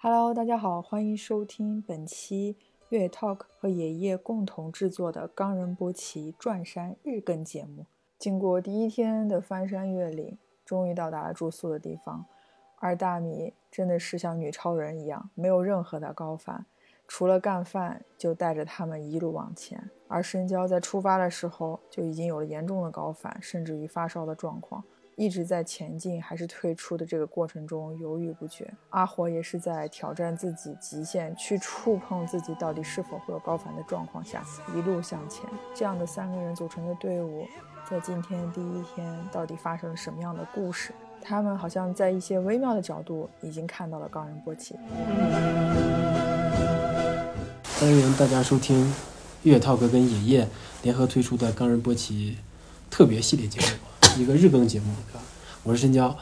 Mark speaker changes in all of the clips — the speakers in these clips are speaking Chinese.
Speaker 1: Hello，大家好，欢迎收听本期越野 Talk 和爷爷共同制作的冈仁波齐转山日更节目。经过第一天的翻山越岭，终于到达了住宿的地方。而大米真的是像女超人一样，没有任何的高反，除了干饭就带着他们一路往前。而深交在出发的时候就已经有了严重的高反，甚至于发烧的状况。一直在前进还是退出的这个过程中犹豫不决。阿火也是在挑战自己极限，去触碰自己到底是否会有高反的状况下，一路向前。这样的三个人组成的队伍，在今天第一天到底发生了什么样的故事？他们好像在一些微妙的角度已经看到了冈仁波齐。
Speaker 2: 欢迎大家收听月涛哥跟爷爷联合推出的冈仁波齐特别系列节目，一个日更节目。是吧我是深交。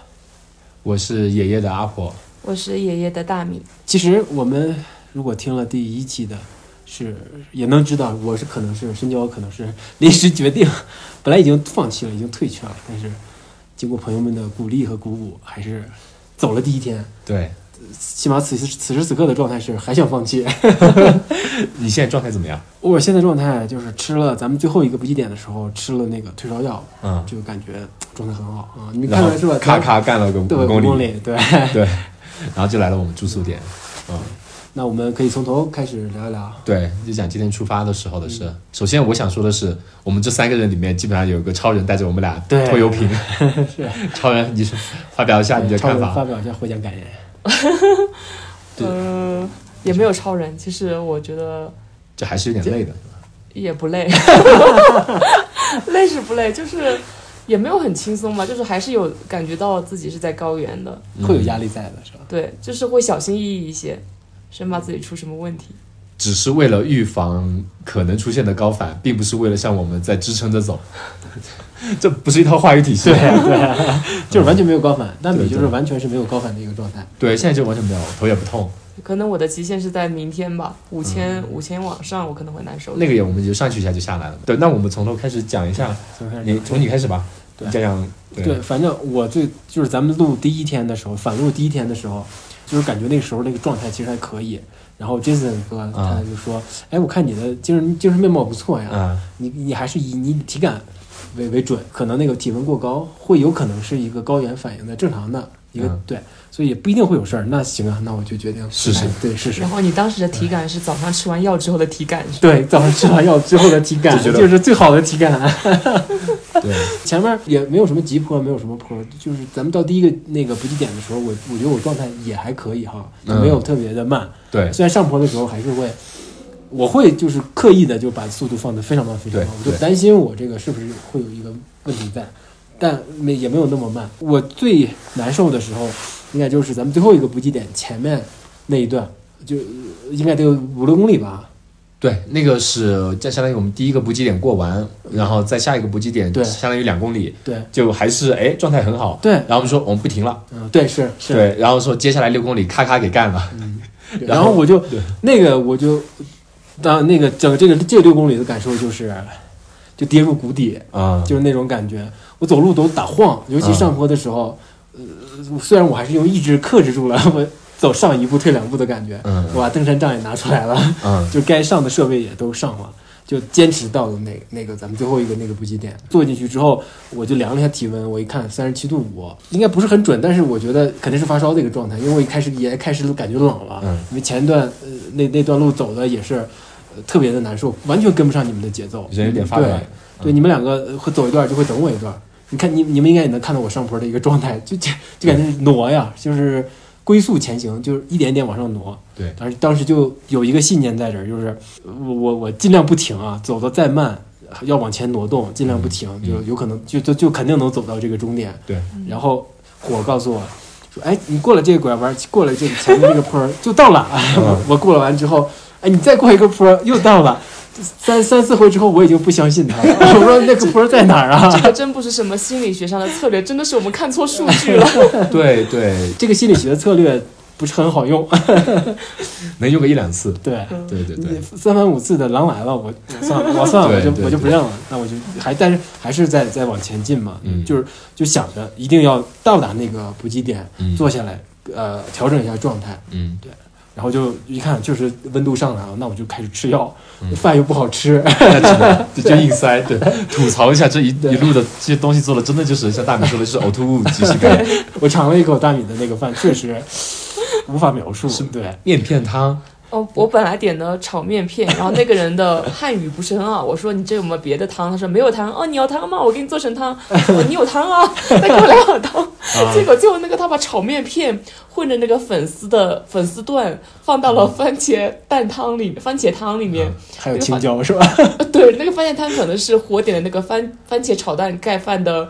Speaker 3: 我是爷爷的阿婆，
Speaker 4: 我是爷爷的大米，
Speaker 2: 其实我们如果听了第一期的，是也能知道我是可能是深交，可能是临时决定，本来已经放弃了，已经退圈了，但是经过朋友们的鼓励和鼓舞，还是走了第一天。
Speaker 3: 对，
Speaker 2: 起码此时此时此刻的状态是还想放弃。
Speaker 3: 你现在状态怎么样？
Speaker 2: 我现在状态就是吃了咱们最后一个补给点的时候吃了那个退烧药，
Speaker 3: 嗯，
Speaker 2: 就感觉状态很好啊、你
Speaker 3: 然
Speaker 2: 看
Speaker 3: 后
Speaker 2: 看是吧？
Speaker 3: 咔咔干了个五
Speaker 2: 对，
Speaker 3: 公
Speaker 2: 五
Speaker 3: 里，
Speaker 2: 公里，对。
Speaker 3: 对，然后就来了我们住宿点，嗯，
Speaker 2: 那我们可以从头开始聊一聊。
Speaker 3: 对，就讲今天出发的时候的事。
Speaker 2: 嗯
Speaker 3: 首先我想说的是，我们这三个人里面基本上有个超人带着我们俩
Speaker 2: 对
Speaker 3: 拖油瓶，
Speaker 2: 是，啊
Speaker 3: 超人，你说发表一下你的
Speaker 2: 呃超
Speaker 3: 看
Speaker 2: 人发
Speaker 3: 法？
Speaker 2: 表一下获奖感言。
Speaker 3: 对
Speaker 4: 嗯，也没有超人，其实我觉得
Speaker 3: 这还是有点累的，
Speaker 4: 也不累， 累是不累，就是也没有很轻松嘛，就是还是有感觉到自己是在高原的，
Speaker 2: 会有压力在的是
Speaker 3: 嗯
Speaker 2: 吧？
Speaker 4: 对，就是会小心翼翼一些，生怕自己出什么问题。
Speaker 3: 只是为了预防可能出现的高反，并不是为了像我们在支撑着走， 这不是一套话语体系。
Speaker 2: 就是完全没有高反，大米
Speaker 3: 对
Speaker 2: 就是
Speaker 3: 对
Speaker 2: 完全是没有高反的一个状态。
Speaker 3: 对，现在就完全没有，头也不痛。
Speaker 4: 可能我的极限是在明天吧，五千五千往上我可能会难受。
Speaker 3: 嗯那个也我们就上去一下就下来了。对，那我们从头开始讲一下，
Speaker 2: 从开始
Speaker 3: 你从你开始吧，
Speaker 2: 对
Speaker 3: 你讲讲。
Speaker 2: 对，反正我最就是咱们录第一天的时候，反录第一天的时候，就是感觉那个时候那个状态其实还可以。然后 Jason 哥他就
Speaker 3: 嗯
Speaker 2: 说：“哎，我看你的精神精神面貌不错呀，
Speaker 3: 啊，
Speaker 2: 你你还是以你体感为为准，可能那个体温过高会有可能是一个高原反应的正常的一个、
Speaker 3: 嗯
Speaker 2: 对，所以也不一定会有事儿。那行啊，那我就决定
Speaker 3: 试试
Speaker 2: 来对试试
Speaker 4: 然。后你当时的体感是早上吃完药之后的体感，
Speaker 2: 对，早上吃完药之后的体感
Speaker 3: 就觉得
Speaker 2: 就是最好的体感。
Speaker 3: 对，
Speaker 2: 前面也没有什么急坡，没有什么坡，就是咱们到第一个那个补给点的时候，我我觉得我状态也还可以哈，就
Speaker 3: 嗯
Speaker 2: 没有特别的慢。
Speaker 3: 对，
Speaker 2: 虽然上坡的时候还是会，我会就是刻意的就把速度放得非常慢非常慢，
Speaker 3: 对
Speaker 2: 我就
Speaker 3: 对
Speaker 2: 担心我这个是不是会有一个问题在，但没也没有那么慢。我最难受的时候，应该就是咱们最后一个补给点前面那一段，就呃应该得有五六公里吧。
Speaker 3: 对，那个是就相当于我们第一个补给点过完，然后再下一个补给点，
Speaker 2: 对
Speaker 3: 相当于两公里，
Speaker 2: 对
Speaker 3: 就还是哎状态很好。
Speaker 2: 对
Speaker 3: 然后我们说我们不停了，
Speaker 2: 嗯，对，是是。嗯
Speaker 3: 对，然后说接下来六公里咔咔给干了，
Speaker 2: 对
Speaker 3: 然
Speaker 2: 然
Speaker 3: 后
Speaker 2: 后我就
Speaker 3: 对
Speaker 2: 那个我就当那个整个这个这六公里的感受就是，就跌入谷底。
Speaker 3: 啊、
Speaker 2: 就是那种感觉，我走路都打晃，尤
Speaker 3: 嗯
Speaker 2: 其上坡的时候，呃，虽然我还是用意志克制住了我走上一步退两步的感觉，
Speaker 3: 嗯
Speaker 2: 我把登山杖也拿出来了，
Speaker 3: 嗯，
Speaker 2: 就该上的设备也都上了，就坚持到了那那个咱们最后一个那个补给点。坐进去之后，我就量了一下体温，我一看三十七度五，应该不是很准，但是我觉得肯定是发烧的一个状态，因为我一开始也开始感觉冷了，
Speaker 3: 嗯
Speaker 2: 因为前段呃那那段路走的也是。呃特别的难受，完全跟不上你们的节奏，嗯
Speaker 3: 人有点发
Speaker 2: 对
Speaker 3: 软。
Speaker 2: 对，你们两个呃会走一段就会等我一段。你看，你你们应该也能看到我上坡的一个状态，就就就感觉是挪呀，就是龟速前行，就是一点一点往上挪。
Speaker 3: 对
Speaker 2: 当时当时就有一个信念在这儿，就是呃我我我尽量不停啊，走的再慢要往前挪动，尽量不停，
Speaker 3: 嗯
Speaker 2: 就有可能就就就肯定能走到这个终点。
Speaker 3: 对，
Speaker 2: 然后火告诉我说：“哎，你过了这个拐弯，过了这个前面这个坡儿 就到了。
Speaker 3: 嗯
Speaker 2: 我 我过了完之后，哎，你再过一个坡儿又到了。三三四回之后，我已经不相信他 了。我说那个坡儿在哪儿
Speaker 4: 这
Speaker 2: 啊？
Speaker 4: 个真不是什么心理学上的策略，真的是我们看错数据了。
Speaker 3: 对对，
Speaker 2: 这个心理学策略不是很好用。
Speaker 3: 能用个一两次，
Speaker 2: 对，
Speaker 3: 对对
Speaker 2: 你
Speaker 3: 对，
Speaker 2: 三番五次的狼来了，我我算 了，我算了，我
Speaker 3: 对
Speaker 2: 就
Speaker 3: 对
Speaker 2: 我就不
Speaker 3: 对
Speaker 2: 认了。那我就还但是还是在在往前进嘛，
Speaker 3: 嗯
Speaker 2: 就是就想着一定要到达那个补给点，
Speaker 3: 嗯
Speaker 2: 坐下来，呃，调整一下状态。
Speaker 3: 嗯，
Speaker 2: 然后就一看就是温度上来了，那我就开始吃药，
Speaker 3: 嗯
Speaker 2: 饭又不好吃，
Speaker 3: 那只能就就硬塞， 对，吐槽一下这一一路的这些东西做的，真的就是像大米说的是呕吐物即视感，
Speaker 2: 我尝了一口大米的那个饭，确实无法描述，对，
Speaker 3: 面片汤，
Speaker 4: 哦，我本来点的炒面片，然后那个人的汉语不是很好，我说你这有没有别的汤？他说没有汤。哦，你要汤吗？我给你做成汤。我说你有汤啊，再给我来碗汤。 结果最后那个他把炒面片混着那个粉丝的粉丝段放到了番茄蛋汤里，番茄汤里面。
Speaker 2: 还有青椒是吧？
Speaker 4: 对，那个番茄汤可能是火点的那个番番茄炒蛋盖饭的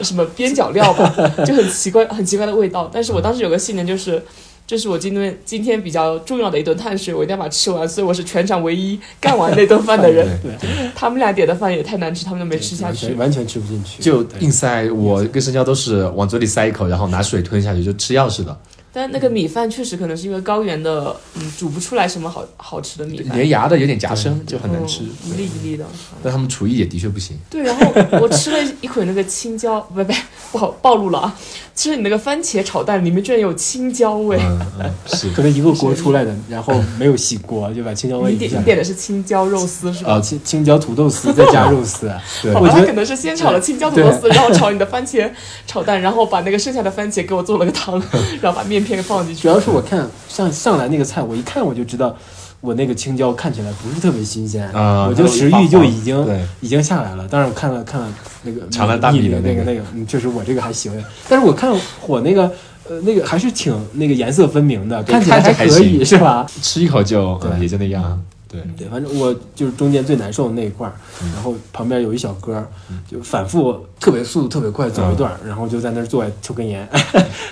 Speaker 4: 什么边角料吧，就很奇怪，很奇怪的味道。但是我当时有个信念就是。这是我今天今天比较重要的一顿碳水，我一定要把它吃完，所以我是全场唯一干完那顿饭的人。
Speaker 3: 对
Speaker 2: 对，
Speaker 4: 他们俩点的饭也太难吃，他们都没吃下
Speaker 2: 完全
Speaker 4: 去。
Speaker 2: 完全吃不进去，
Speaker 3: 就
Speaker 2: 对
Speaker 3: 硬塞。我跟生椒都是往嘴里塞一口，然后拿水吞下去，就吃药似的，
Speaker 4: 但那个米饭确实可能是因为高原的，嗯，煮不出来什么好好吃的米饭，
Speaker 3: 粘牙的有点夹生，就很难吃。
Speaker 2: 哦
Speaker 4: 嗯一粒一粒的。
Speaker 3: 但他们厨艺也的确不行，
Speaker 4: 对，然后我吃了一口那个青椒，不不不好暴露了啊！吃了你那个番茄炒蛋，里面居然有青椒味。
Speaker 3: 嗯嗯是
Speaker 2: 可能一个锅出来的，然后没有洗锅，就把青椒味
Speaker 4: 你
Speaker 2: 一
Speaker 4: 点
Speaker 2: 下
Speaker 4: 你，点的是青椒肉丝是吧？
Speaker 2: 啊，青青椒土豆丝再加肉丝，
Speaker 3: 对
Speaker 4: 好
Speaker 2: 我
Speaker 4: 吧，
Speaker 2: 觉
Speaker 4: 他
Speaker 2: 得
Speaker 4: 可能是先炒了青椒土豆丝，然后炒你的番茄炒蛋，然后把那个剩下的番茄给我做了个汤，然后把面片给放进去。
Speaker 2: 主要是我看上上来那个菜，我一看我就知道，我那个青椒看起来不是特别新鲜，
Speaker 3: 啊
Speaker 2: 我就食欲就已经
Speaker 3: 对，
Speaker 2: 已经下来了。当然我看了看了那个
Speaker 3: 尝了大米的
Speaker 2: 那
Speaker 3: 那个
Speaker 2: 那个，嗯，确实我这个还行，但是我看火那个。呃，那个还是挺那个颜色分明的，
Speaker 3: 对
Speaker 2: 看起来
Speaker 3: 看着还
Speaker 2: 可以
Speaker 3: 行
Speaker 2: 是吧？
Speaker 3: 吃一口就
Speaker 2: 对
Speaker 3: 嗯也就那样，对，
Speaker 2: 对，反正我就是中间最难受的那一块儿，
Speaker 3: 嗯
Speaker 2: 然后旁边有一小哥儿，就反复特别速度特别快走一段儿，
Speaker 3: 嗯
Speaker 2: 然后就在那儿坐抽根烟，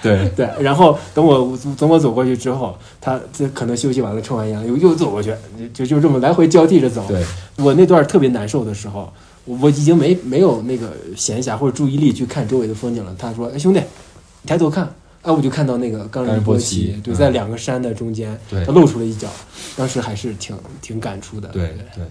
Speaker 3: 对，
Speaker 2: 对，然后等我等我走过去之后，他这可能休息完了抽完烟了，又又走过去，就就这么来回交替着走。
Speaker 3: 对，
Speaker 2: 我那段特别难受的时候，我我已经没没有那个闲暇或者注意力去看周围的风景了。他说：“哎，兄弟，你抬头看。”哎，我就看到那个冈
Speaker 3: 冈
Speaker 2: 仁
Speaker 3: 仁
Speaker 2: 波
Speaker 3: 波
Speaker 2: 齐
Speaker 3: 齐，
Speaker 2: 对，
Speaker 3: 嗯
Speaker 2: 在两个山的中间，
Speaker 3: 对
Speaker 2: 他露出了一角，当时还是挺挺感触的。
Speaker 3: 对对，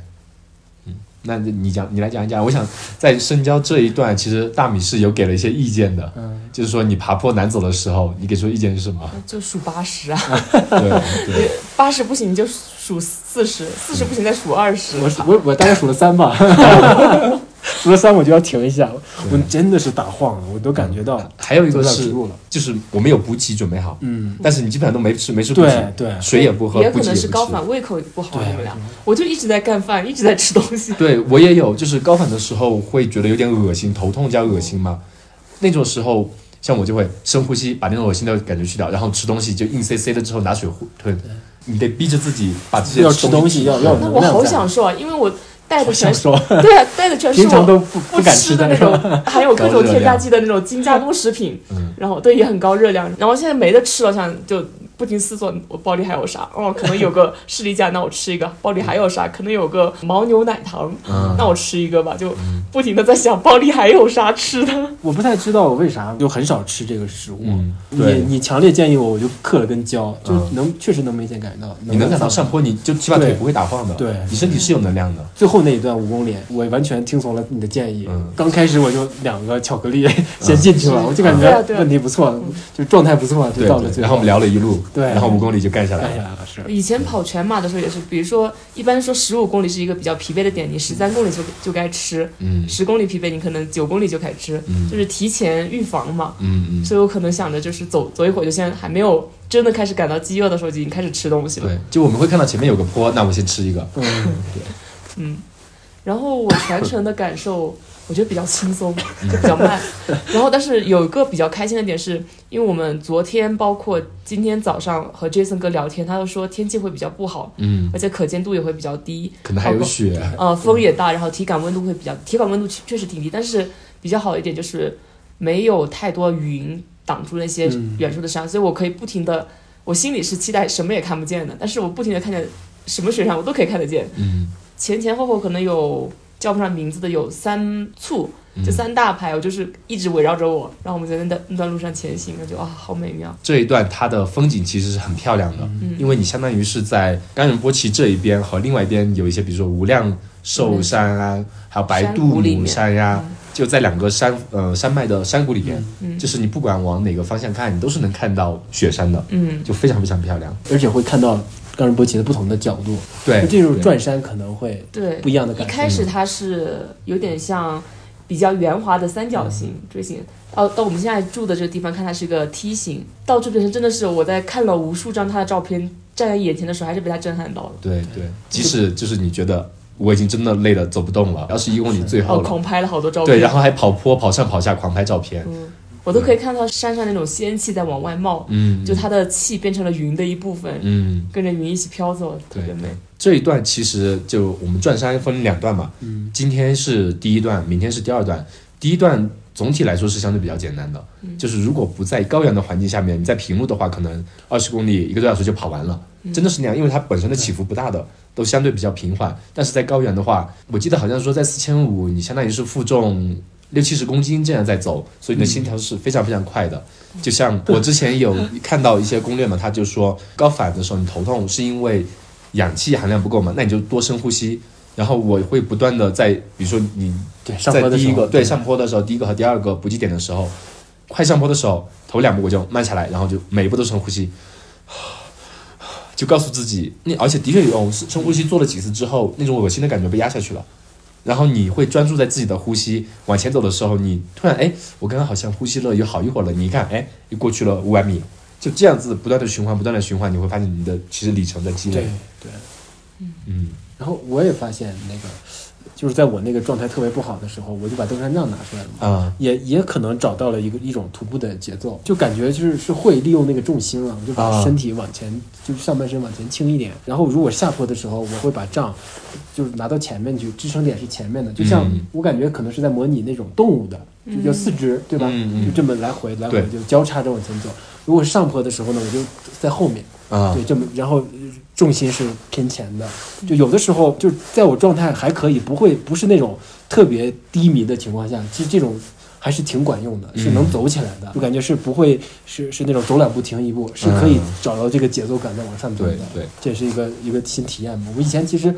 Speaker 3: 嗯，那你讲，你来讲一讲。我想在深交这一段，其实大米是有给了一些意见的，
Speaker 2: 嗯，
Speaker 3: 就是说你爬坡难走的时候，你给出意见是什么？
Speaker 4: 就数八十啊，
Speaker 3: 对对，
Speaker 4: 八十不行你就数四十，四十不行再数二十。
Speaker 2: 我数我我大概数了三吧， 数了三我就要停一下，我真的是打晃了，我都感觉到
Speaker 3: 还有一
Speaker 2: 走
Speaker 3: 个
Speaker 2: 到
Speaker 3: 是
Speaker 2: 植，物了。
Speaker 3: 就是我们有补给准备好，
Speaker 2: 嗯，
Speaker 3: 但是你基本上都没吃，没吃补
Speaker 2: 对
Speaker 3: 给，
Speaker 2: 对
Speaker 3: 水也不喝，
Speaker 4: 也
Speaker 3: 补
Speaker 4: 可
Speaker 3: 给
Speaker 4: 能
Speaker 3: 也
Speaker 4: 是
Speaker 3: 不
Speaker 4: 高
Speaker 3: 吃。
Speaker 4: 反胃口不好，你们
Speaker 2: 对
Speaker 4: 俩，，我就一直在干饭，一直在吃东西。
Speaker 3: 对我也有，就是高反的时候会觉得有点恶心，头痛加恶心
Speaker 4: 哦
Speaker 3: 嘛。那种时候，像我就会深呼吸，把那种恶心的感觉去掉，然后吃东西就硬塞塞了之后拿水吞。你得逼着自己把这些嗯
Speaker 2: 要吃东西要要
Speaker 4: 那
Speaker 2: 能
Speaker 4: 我
Speaker 2: 量
Speaker 4: 好
Speaker 2: 在
Speaker 4: 享受啊，因为我带的
Speaker 2: 好享
Speaker 4: 全是
Speaker 2: 受，
Speaker 4: 对啊，带的全是
Speaker 2: 平常
Speaker 4: 我
Speaker 2: 都不
Speaker 4: 不
Speaker 2: 敢
Speaker 4: 吃
Speaker 2: 的
Speaker 4: 的那
Speaker 2: 是吧
Speaker 4: 种，还有各
Speaker 3: 高
Speaker 4: 种
Speaker 3: 热
Speaker 4: 添加
Speaker 3: 量
Speaker 4: 剂的那种精加工食品，
Speaker 3: 嗯
Speaker 4: 然后对也很高热量，然后现在没得吃了，想就不停思索我包里还有啥，哦，可能有 个士力架，那我吃一个，包里还有啥，可能有个牦牛奶糖，
Speaker 3: 嗯
Speaker 4: 那我吃一个吧，就
Speaker 2: 嗯
Speaker 4: 不停的在想包里还有啥吃的，
Speaker 2: 我不太知道我为啥就很少吃这个食物。
Speaker 3: 嗯，
Speaker 2: 你
Speaker 3: 对，
Speaker 2: 你强烈建议我，我就嗑了根胶，就
Speaker 3: 嗯
Speaker 2: 能、确实能明显感觉到，
Speaker 3: 你能感到上坡，你就起码
Speaker 2: 对
Speaker 3: 腿不会打晃的，
Speaker 2: 对
Speaker 3: 你身体是有能量的。
Speaker 2: 最后那一段五公里，我完全听从了你的建议。
Speaker 3: 嗯
Speaker 2: 刚开始我就两个巧克力 先进去了，我就感
Speaker 4: 对啊
Speaker 2: 觉
Speaker 4: 对啊
Speaker 2: 问题不错，就状态不错，就
Speaker 3: 对
Speaker 2: 到了，
Speaker 3: 对
Speaker 2: 最
Speaker 3: 然后我
Speaker 2: 后
Speaker 3: 们。聊了一路，
Speaker 2: 对
Speaker 3: 然后五公里就干下来
Speaker 2: 哎
Speaker 3: 了。
Speaker 2: 呀，是
Speaker 4: 以前跑全马的时候也是，比如说一般说十五公里是一个比较疲惫的点，你十三公里就就该吃，
Speaker 3: 嗯
Speaker 4: 十公里疲惫你可能九公里就开始吃，
Speaker 3: 嗯
Speaker 4: 就是提前预防嘛，
Speaker 3: 嗯嗯，
Speaker 4: 所以我可能想着就是走走一会儿，就现在还没有真的开始感到饥饿的时候，就已经开始吃东西了。
Speaker 3: 对，就我们会看到前面有个坡，那我先吃一个。
Speaker 4: 嗯，然后我全程的感受，我觉得比较轻松，就比较慢。然后但是有一个比较开心的点是，因为我们昨天包括今天早上和 Jason 哥聊天，他就说天气会比较不好，
Speaker 3: 嗯，
Speaker 4: 而且可见度也会比较低，
Speaker 3: 可能还有雪。
Speaker 4: 呃，风也大，然后体感温度会比较，体感温度确确实挺低，但是比较好一点就是没有太多云挡住那些
Speaker 2: 嗯
Speaker 4: 远处的山，所以我可以不停的，我心里是期待什么也看不见的，但是我不停的看见什么雪山我都可以看得见，
Speaker 3: 嗯，
Speaker 4: 前前后后可能有叫不上名字的有三簇，
Speaker 3: 嗯
Speaker 4: 这三大排，我就是一直围绕着我，然后我们在那段那段路上前行，感觉啊好美妙，
Speaker 3: 这一段它的风景其实是很漂亮的，
Speaker 4: 嗯
Speaker 3: 因为你相当于是在冈仁波齐这一边和另外一边有一些，比如说无量寿山啊，还有白
Speaker 4: 山
Speaker 3: 度
Speaker 4: 嗯谷里
Speaker 3: 母
Speaker 4: 面
Speaker 3: 山呀、
Speaker 4: 嗯
Speaker 3: 就在两个山呃山脉的山谷里面，
Speaker 4: 嗯
Speaker 3: 就是你不管往哪个方向看，你都是能看到雪山的，
Speaker 4: 嗯，
Speaker 3: 就非常非常漂亮。
Speaker 2: 而且会看到冈仁波齐的不同的角度。
Speaker 3: 对，
Speaker 2: 这种
Speaker 3: 对
Speaker 2: 转山可能会
Speaker 4: 对，
Speaker 2: 不一样的感
Speaker 4: 一
Speaker 2: 受
Speaker 4: 开始
Speaker 3: 嗯
Speaker 4: 它是有点像比较圆滑的三角
Speaker 3: 嗯
Speaker 4: 形锥形，到到我们现在住的这个地方看它是个梯形，到这边真的是我在看了无数张它的照片，站在眼前的时候还是被它震撼到了。
Speaker 3: 对对，即使就是你觉得我已经真的累了，走不动了，二十一公里最
Speaker 4: 哦，
Speaker 3: 后了，
Speaker 4: 狂拍了好多照片。
Speaker 3: 对，然后还跑坡、跑上、跑下，狂拍照片，
Speaker 4: 嗯，我都可以看到山上那种仙气在往外冒，
Speaker 3: 嗯，
Speaker 4: 就它的气变成了云的一部分，
Speaker 3: 嗯。
Speaker 4: 跟着云一起飘走，特别
Speaker 3: 对
Speaker 4: 美。
Speaker 3: 这一段其实就我们转山分两段嘛，嗯，今天是第一段，明天是第二段。第一段总体来说是相对比较简单的，就是如果不在高原的环境下面，你在平路的话，可能二十公里一个多小时就跑完了，真的是那样，因为它本身的起伏不大的，都相对比较平缓。但是在高原的话，我记得好像说在四千五，你相当于是负重。六七十公斤这样在走，所以你的心跳是非常非常快的。就像我之前有看到一些攻略嘛，他就说高反的时候你头痛是因为氧气含量不够嘛，那你就多深呼吸。然后我会不断的在，比如说你
Speaker 2: 对上
Speaker 3: 在
Speaker 2: 坡的
Speaker 3: 第
Speaker 2: 时
Speaker 3: 一
Speaker 2: 候，嗯
Speaker 3: 个对上坡的时候，第一个和第二个补给点的时候，快上坡的时候，头两步我就慢下来，然后就每一步都深呼吸，就告诉自己，那而且的确有深深呼吸做了几次之后，那种恶心的感觉被压下去了。然后你会专注在自己的呼吸，往前走的时候，你突然哎，我刚刚好像呼吸了有好一会儿了，你一看哎，又过去了五百米，就这样子不断的循环，不断的循环，你会发现你的其实里程在积
Speaker 2: 对
Speaker 3: 累。
Speaker 2: 对。
Speaker 3: 嗯，
Speaker 2: 然后我也发现那个，就是在我那个状态特别不好的时候，我就把登山杖拿出来了嘛，
Speaker 3: 啊、
Speaker 2: 也也可能找到了一个一种徒步的节奏，就感觉就是是会利用那个重心了，我就把
Speaker 3: 啊
Speaker 2: 身体往前，就是上半身往前倾一点。然后如果下坡的时候，我会把杖就是拿到前面去，支撑点是前面的，就像
Speaker 3: 嗯
Speaker 2: 我感觉可能是在模拟那种动物的，就叫四肢，对吧？
Speaker 3: 嗯嗯
Speaker 2: 就这么来回来回
Speaker 3: 对
Speaker 2: 就交叉着往前走。如果是上坡的时候呢，我就在后面。
Speaker 3: 啊，
Speaker 2: 对，这么然后呃重心是偏前的，就有的时候就在我状态还可以，不会不是那种特别低迷的情况下，其实这种还是挺管用的，是能
Speaker 3: 嗯
Speaker 2: 走起来的，就感觉是不会是是那种走两步停一步，是可以找到这个节奏感再往上走的。
Speaker 3: 嗯对对，
Speaker 2: 这也是一个一个新体验嘛。我以前其实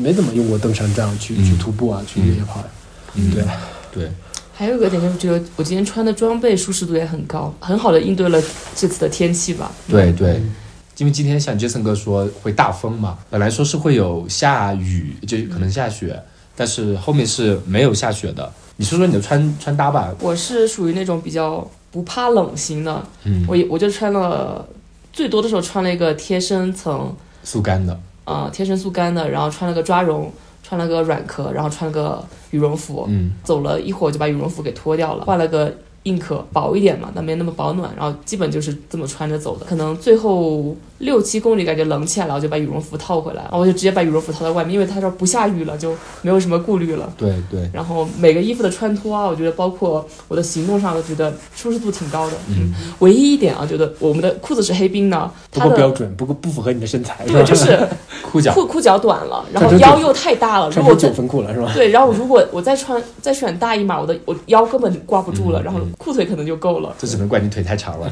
Speaker 2: 没怎么用过登山杖去、去
Speaker 3: 嗯
Speaker 2: 徒步啊，去
Speaker 3: 嗯
Speaker 2: 越野跑呀、
Speaker 3: 嗯
Speaker 2: 对
Speaker 3: 对，
Speaker 4: 还有一个点就是觉得我今天穿的装备舒适度也很高，很好的应对了这次的天气吧。
Speaker 3: 对对
Speaker 2: 嗯，
Speaker 3: 因为今天像杰森哥说会大风嘛，本来说是会有下雨，就可能下雪，但是后面是没有下雪的。你说说你的穿穿搭吧，
Speaker 4: 我是属于那种比较不怕冷型的，
Speaker 3: 嗯，
Speaker 4: 我也我就穿了最多的时候穿了一个贴身层，
Speaker 3: 速干的，
Speaker 4: 呃，贴身速干的，然后穿了个抓绒，穿了个软壳，然后穿了个羽绒服，
Speaker 3: 嗯
Speaker 4: 走了一会儿就把羽绒服给脱掉了，换了个硬壳，薄一点嘛，但没那么保暖，然后基本就是这么穿着走的。可能最后六七公里感觉冷起来了，我就把羽绒服套回来，然后我就直接把羽绒服套在外面，因为他说不下雨了，就没有什么顾虑了。
Speaker 3: 对对，
Speaker 4: 然后每个衣服的穿脱啊，我觉得包括我的行动上，我觉得舒适度挺高的。
Speaker 3: 嗯，
Speaker 4: 唯一一点啊，觉得我们的裤子是黑冰的，
Speaker 2: 不
Speaker 4: 它
Speaker 2: 够标
Speaker 4: 的
Speaker 2: 准，不够不符合你的身材，
Speaker 4: 对就是
Speaker 2: 吧
Speaker 4: 是
Speaker 3: 裤 脚，
Speaker 4: 裤裤脚短了，然后
Speaker 2: 穿成
Speaker 4: 腰
Speaker 2: 九
Speaker 4: 又太大了。如
Speaker 2: 穿成
Speaker 4: 果我再
Speaker 2: 九分裤了是吧？
Speaker 4: 对，然后如果我再穿再选大一码，我的我腰根本就挂不住了，
Speaker 3: 嗯
Speaker 4: 然后
Speaker 3: 嗯
Speaker 4: 裤腿可能就够了。
Speaker 3: 这只能怪你腿太长了。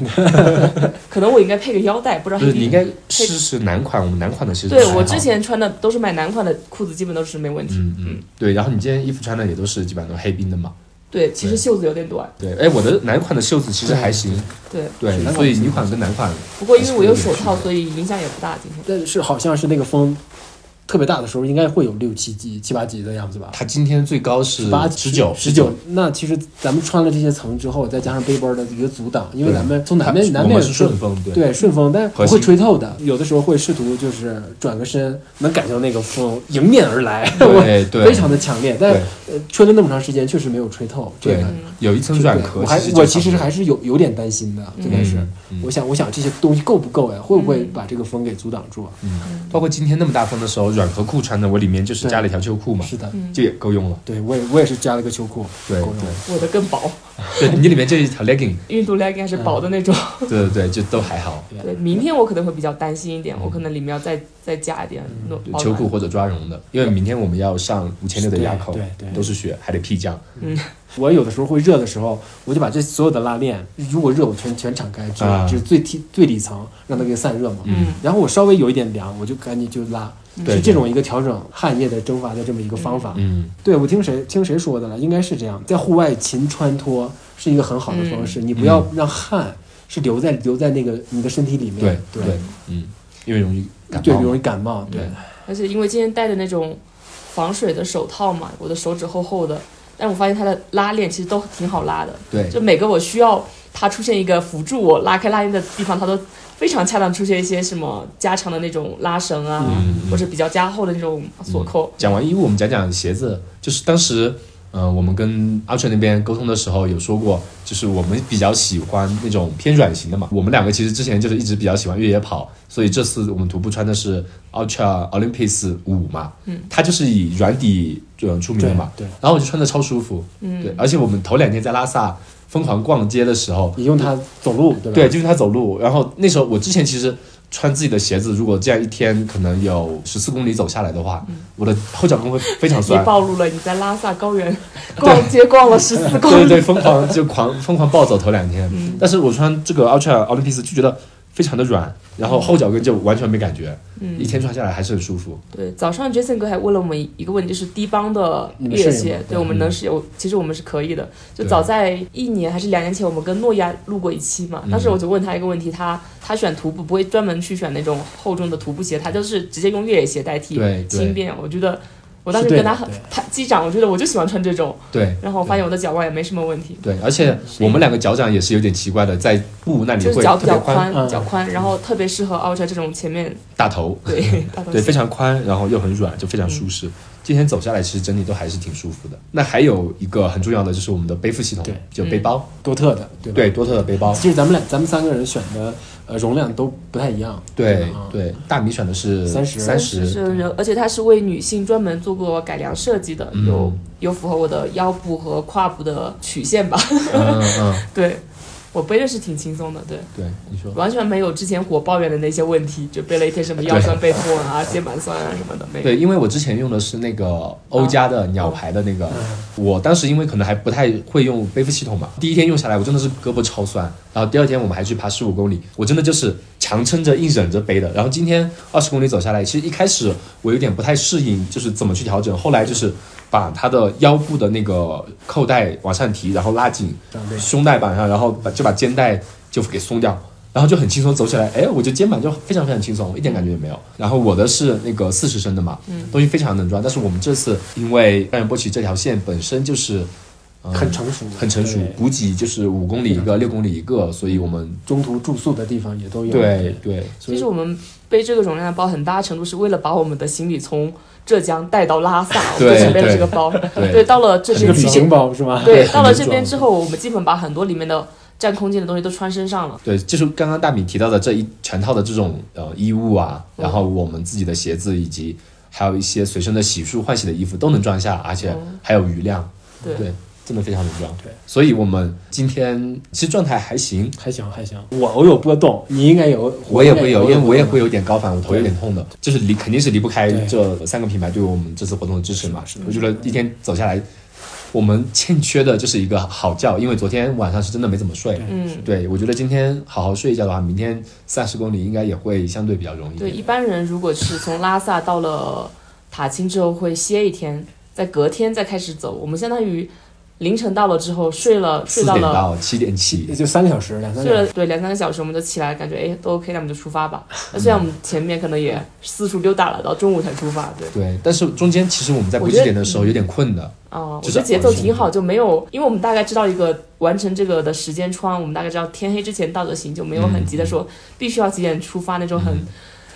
Speaker 4: 可能我应该配个腰带，不知道
Speaker 3: 不是，
Speaker 4: 黑
Speaker 3: 你
Speaker 4: 冰
Speaker 3: 应该试试男款，我们男款的其实
Speaker 4: 对
Speaker 3: 还好
Speaker 4: 我之，前穿的都是买男款的裤子，基本都是没问题。
Speaker 3: 嗯嗯，对，然后你今天衣服穿的也都是基本上都是黑冰的嘛，
Speaker 4: 对，其实袖子有点短。
Speaker 3: 对，哎，我的男款的袖子其实还行，
Speaker 4: 对，
Speaker 3: 对，
Speaker 2: 男款
Speaker 3: 所以女款跟男款，
Speaker 4: 不过因为我有手
Speaker 3: 还
Speaker 4: 套，
Speaker 3: 是
Speaker 4: 所以影响也不大。今天
Speaker 2: 但是好像是那个风特别大的时候，应该会有六七级、七八级的样子吧？
Speaker 3: 它今天最高是
Speaker 2: 八
Speaker 3: 十九，
Speaker 2: 十九。那其实咱们穿了这些层之后，再加上背包的一个阻挡，因为
Speaker 3: 对啊
Speaker 2: 咱们从
Speaker 3: 它
Speaker 2: 南边南
Speaker 3: 我
Speaker 2: 边
Speaker 3: 们是顺风，对
Speaker 2: 对顺风，但
Speaker 3: 核
Speaker 2: 不
Speaker 3: 心
Speaker 2: 会吹透的。有的时候会试图就是转个身，能感觉到那个风迎面而来， 我
Speaker 3: 对对，
Speaker 2: 非常的强烈。但
Speaker 3: 对
Speaker 2: 呃吹了那么长时间，确实没有吹透这
Speaker 3: 对
Speaker 2: 个。
Speaker 3: 有一层软壳。
Speaker 2: 我还
Speaker 3: 实
Speaker 2: 我
Speaker 3: 就
Speaker 2: 其实
Speaker 3: 差不
Speaker 2: 还是有有点担心的，最
Speaker 3: 多
Speaker 2: 开始。
Speaker 3: 嗯嗯
Speaker 2: 我想，我想这些东西够不够呀？会不会
Speaker 4: 嗯
Speaker 2: 把这个风给阻挡住啊？
Speaker 3: 嗯，包括今天那么大风的时候，软壳裤穿的，我里面就是加了一条秋裤嘛，
Speaker 2: 是的，
Speaker 4: 嗯
Speaker 3: 就也够用了。
Speaker 2: 对我也我也是加了个秋裤，
Speaker 3: 对
Speaker 2: 够用了
Speaker 4: 我的更薄，
Speaker 3: 对，对你里面就一条 legging，
Speaker 4: 运动量应该是薄的那种。
Speaker 3: 对对对，就都还好，
Speaker 2: 对
Speaker 4: 对，明天我可能会比较担心一点，我可能里面要再再加一点暖
Speaker 3: 嗯对
Speaker 4: 保
Speaker 3: 秋
Speaker 4: 暖
Speaker 3: 裤。或者抓绒的，因为明天我们要上五千六的垭口
Speaker 2: 对对，对
Speaker 3: 都是雪，还得披降。
Speaker 4: 嗯
Speaker 2: 我有的时候会热的时候，我就把这所有的拉链，如果热我全全敞开，只
Speaker 3: 啊
Speaker 2: 只最底最底层，让它给散热嘛。
Speaker 4: 嗯
Speaker 2: 然后我稍微有一点凉，我就赶紧就拉，
Speaker 3: 对
Speaker 2: 嗯是这种一个调整汗液的蒸发的这么一个方法。
Speaker 3: 嗯，
Speaker 2: 对，我听谁听谁说的了，应该是这样，在户外勤穿脱是一个很好的方式，你不
Speaker 3: 嗯
Speaker 2: 要让汗是留在留在那个你的身体里面，
Speaker 3: 对
Speaker 2: 对
Speaker 3: 对，嗯，因为容易感
Speaker 2: 对
Speaker 3: 冒，
Speaker 2: 容易感冒，对
Speaker 3: 对
Speaker 4: 而且因为今天戴的那种防水的手套嘛，我的手指厚厚的，但我发现它的拉链其实都挺好拉的，
Speaker 3: 对
Speaker 4: 就每个我需要它出现一个辅助我拉开拉链的地方，它都非常恰当出现一些什么加长的那种拉绳啊，
Speaker 3: 嗯嗯
Speaker 4: 或者比较加厚的那种锁扣。
Speaker 3: 讲完衣物，我们讲讲鞋子。就是当时，嗯、我们跟阿纯那边沟通的时候有说过，就是我们比较喜欢那种偏软型的嘛。我们两个其实之前就是一直比较喜欢越野跑，所以这次我们徒步穿的是 Ultra Olympics 五嘛，嗯，它就是以软底呃出名的嘛，
Speaker 2: 对对
Speaker 3: 然后我就穿的超舒服，嗯，对。而且我们头两天在拉萨疯狂逛街的时候，
Speaker 2: 你用它走路，对吧？
Speaker 3: 对，就是他走路。然后那时候我之前其实穿自己的鞋子，如果这样一天可能有十四公里走下来的话，
Speaker 4: 嗯
Speaker 3: 我的后脚跟会非常
Speaker 4: 你
Speaker 3: 酸。
Speaker 4: 暴露了你在拉萨高 原逛街逛了十四公
Speaker 3: 对对
Speaker 4: 里，
Speaker 3: 对，疯狂就狂疯狂暴走头两天，
Speaker 4: 嗯
Speaker 3: 但是我穿这个 Ultra Olympics 就觉得非常的软，然
Speaker 4: 嗯
Speaker 3: 后后脚跟就完全没感觉，一天穿下来还是很舒服。
Speaker 4: 对，早上 Jason 哥还问了我们一个问题，就是低帮的
Speaker 2: 你们
Speaker 4: 越野
Speaker 2: 适应
Speaker 4: 鞋
Speaker 2: 吗，
Speaker 4: 对我们能使用，其实我们是可以的。就
Speaker 3: 嗯对
Speaker 4: 早在一年还是两年前，我们跟诺亚录过一期
Speaker 3: 嗯
Speaker 4: 嘛，当时我就问他一个问题，他他选徒步不会专门去选那种厚重的徒步鞋，他就是直接用越野鞋代替
Speaker 3: 对，对
Speaker 4: 轻便。我觉得我当时
Speaker 2: 是对
Speaker 4: 跟
Speaker 2: 的
Speaker 4: 他很
Speaker 2: 对
Speaker 4: 他击掌，我觉得我就喜欢穿这种，
Speaker 3: 对
Speaker 4: 然后我发现我的脚腕也没什么问题，
Speaker 3: 对，而且我们两个脚掌也是有点奇怪的，在布那里
Speaker 4: 就是
Speaker 3: 会
Speaker 4: 脚比
Speaker 3: 特别
Speaker 4: 较宽，
Speaker 2: 嗯
Speaker 4: 脚宽，然后特别适合 Ultra 这种前面
Speaker 3: 大头，
Speaker 4: 对大东
Speaker 3: 对，
Speaker 4: 西
Speaker 3: 非常宽，然后又很软，就非常舒适。今天走下来，其实整体都还是挺舒服的。那还有一个很重要的就是我们的背负系统
Speaker 2: 对，
Speaker 3: 就背包，
Speaker 2: 多特的，对吧？
Speaker 3: 对，多特的背包，
Speaker 2: 其实咱们俩咱们三个人选的呃容量都不太一样，
Speaker 3: 对
Speaker 2: 啊
Speaker 3: 对，大米选的是
Speaker 2: 30
Speaker 3: 嗯三
Speaker 4: 是
Speaker 3: 十，
Speaker 4: 是，而且它是为女性专门做过改良设计的，有有符合我的腰部和胯部的曲线吧？
Speaker 3: 嗯 嗯，
Speaker 4: 对，我背的是挺轻松的，对，
Speaker 3: 对，你说，
Speaker 4: 完全没有之前火抱怨的那些问题，就背了一天什么腰酸背痛啊、肩膀酸啊什么的，没有。
Speaker 3: 对，因为我之前用的是那个欧家的鸟牌的那个，我当时因为可能还不太会用背负系统嘛，第一天用下来我真的是胳膊超酸，然后第二天我们还去爬十五公里，我真的就是强撑着硬忍着背的，然后今天二十公里走下来，其实一开始我有点不太适应，就是怎么去调整，后来就是把它的腰部的那个扣带往上提，然后拉紧，
Speaker 2: 这啊样对。
Speaker 3: 胸带绑上，然后把就把肩带就给松掉，然后就很轻松走起来。哎，我就肩膀就非常非常轻松，一点感觉也没有。然后我的是那个四十升的嘛，
Speaker 2: 嗯
Speaker 3: 东西非常能装。但是我们这次因为甘源波奇这条线本身就是、呃
Speaker 2: 很成熟，
Speaker 3: 很成熟
Speaker 2: 对，
Speaker 3: 补给就是五公里一个，六公里一个，所以我们
Speaker 2: 中途住宿的地方也都有。
Speaker 3: 对，对
Speaker 4: 其实我们背这个容量的包，很大程度是为了把我们的行李从浙江带到拉萨，我们
Speaker 3: 对
Speaker 4: 只背了
Speaker 3: 对
Speaker 4: 这个包。
Speaker 3: 对
Speaker 4: 对，到了这
Speaker 2: 是
Speaker 4: 边
Speaker 2: 个
Speaker 4: 之
Speaker 2: 旅
Speaker 4: 后
Speaker 2: 行包是吧？
Speaker 4: 对，
Speaker 3: 对
Speaker 4: 到了这
Speaker 3: 很
Speaker 4: 边
Speaker 3: 重
Speaker 4: 之后，我们基本把很多里面的占空间的东西都穿身上了。
Speaker 3: 对，就是刚刚大米提到的这一全套的这种呃衣物啊，然后我们自己的鞋子以及还有一些随身的洗漱换洗的衣服都能装下，而且还有余量。
Speaker 4: 对
Speaker 3: 嗯对，真的非常能装。
Speaker 2: 对，
Speaker 3: 所以我们今天其实状态还行，
Speaker 2: 还行还行，我偶有波动，你应该有，
Speaker 3: 我也会有，因为我也
Speaker 2: 波动
Speaker 3: 会有点高反，我头有点痛的，就是离肯定是离不开
Speaker 2: 对
Speaker 3: 这三个品牌对我们这次活动的支持嘛。我觉得一天走下来，我们欠缺的就是一个好觉，因为昨天晚上是真的没怎么睡。
Speaker 4: 嗯，
Speaker 3: 对，我觉得今天好好睡一觉的话，明天三十公里应该也会相对比较容易。
Speaker 4: 对，一般人如果是从拉萨到了塔青之后会歇一天，在隔天再开始走。我们相当于凌晨到了之后睡了，睡
Speaker 3: 四
Speaker 4: 到
Speaker 3: 点
Speaker 4: 了。
Speaker 3: 到七点
Speaker 2: 也
Speaker 3: 起，
Speaker 2: 就三个小时两三
Speaker 4: 睡
Speaker 2: 个小
Speaker 4: 了
Speaker 2: 时。
Speaker 4: 对两三个小时，我们就起来，感觉哎都 OK，那我们就出发
Speaker 3: 嗯
Speaker 4: 吧。那虽然我们前面可能也四处溜达了，到中午才出发，对。
Speaker 3: 对。但是中间其实我们在
Speaker 4: 我
Speaker 3: 补给
Speaker 4: 觉得
Speaker 3: 点的时候有点困
Speaker 2: 嗯
Speaker 3: 的，
Speaker 4: 哦，我
Speaker 3: 就
Speaker 4: 觉得
Speaker 3: 是
Speaker 4: 节奏
Speaker 3: 安全
Speaker 4: 挺好，就没有，因为我们大概知道一个完成这个的时间窗，我们大概知道天黑之前到就行，就没有很急的
Speaker 3: 嗯
Speaker 4: 说必须要几点出发那种很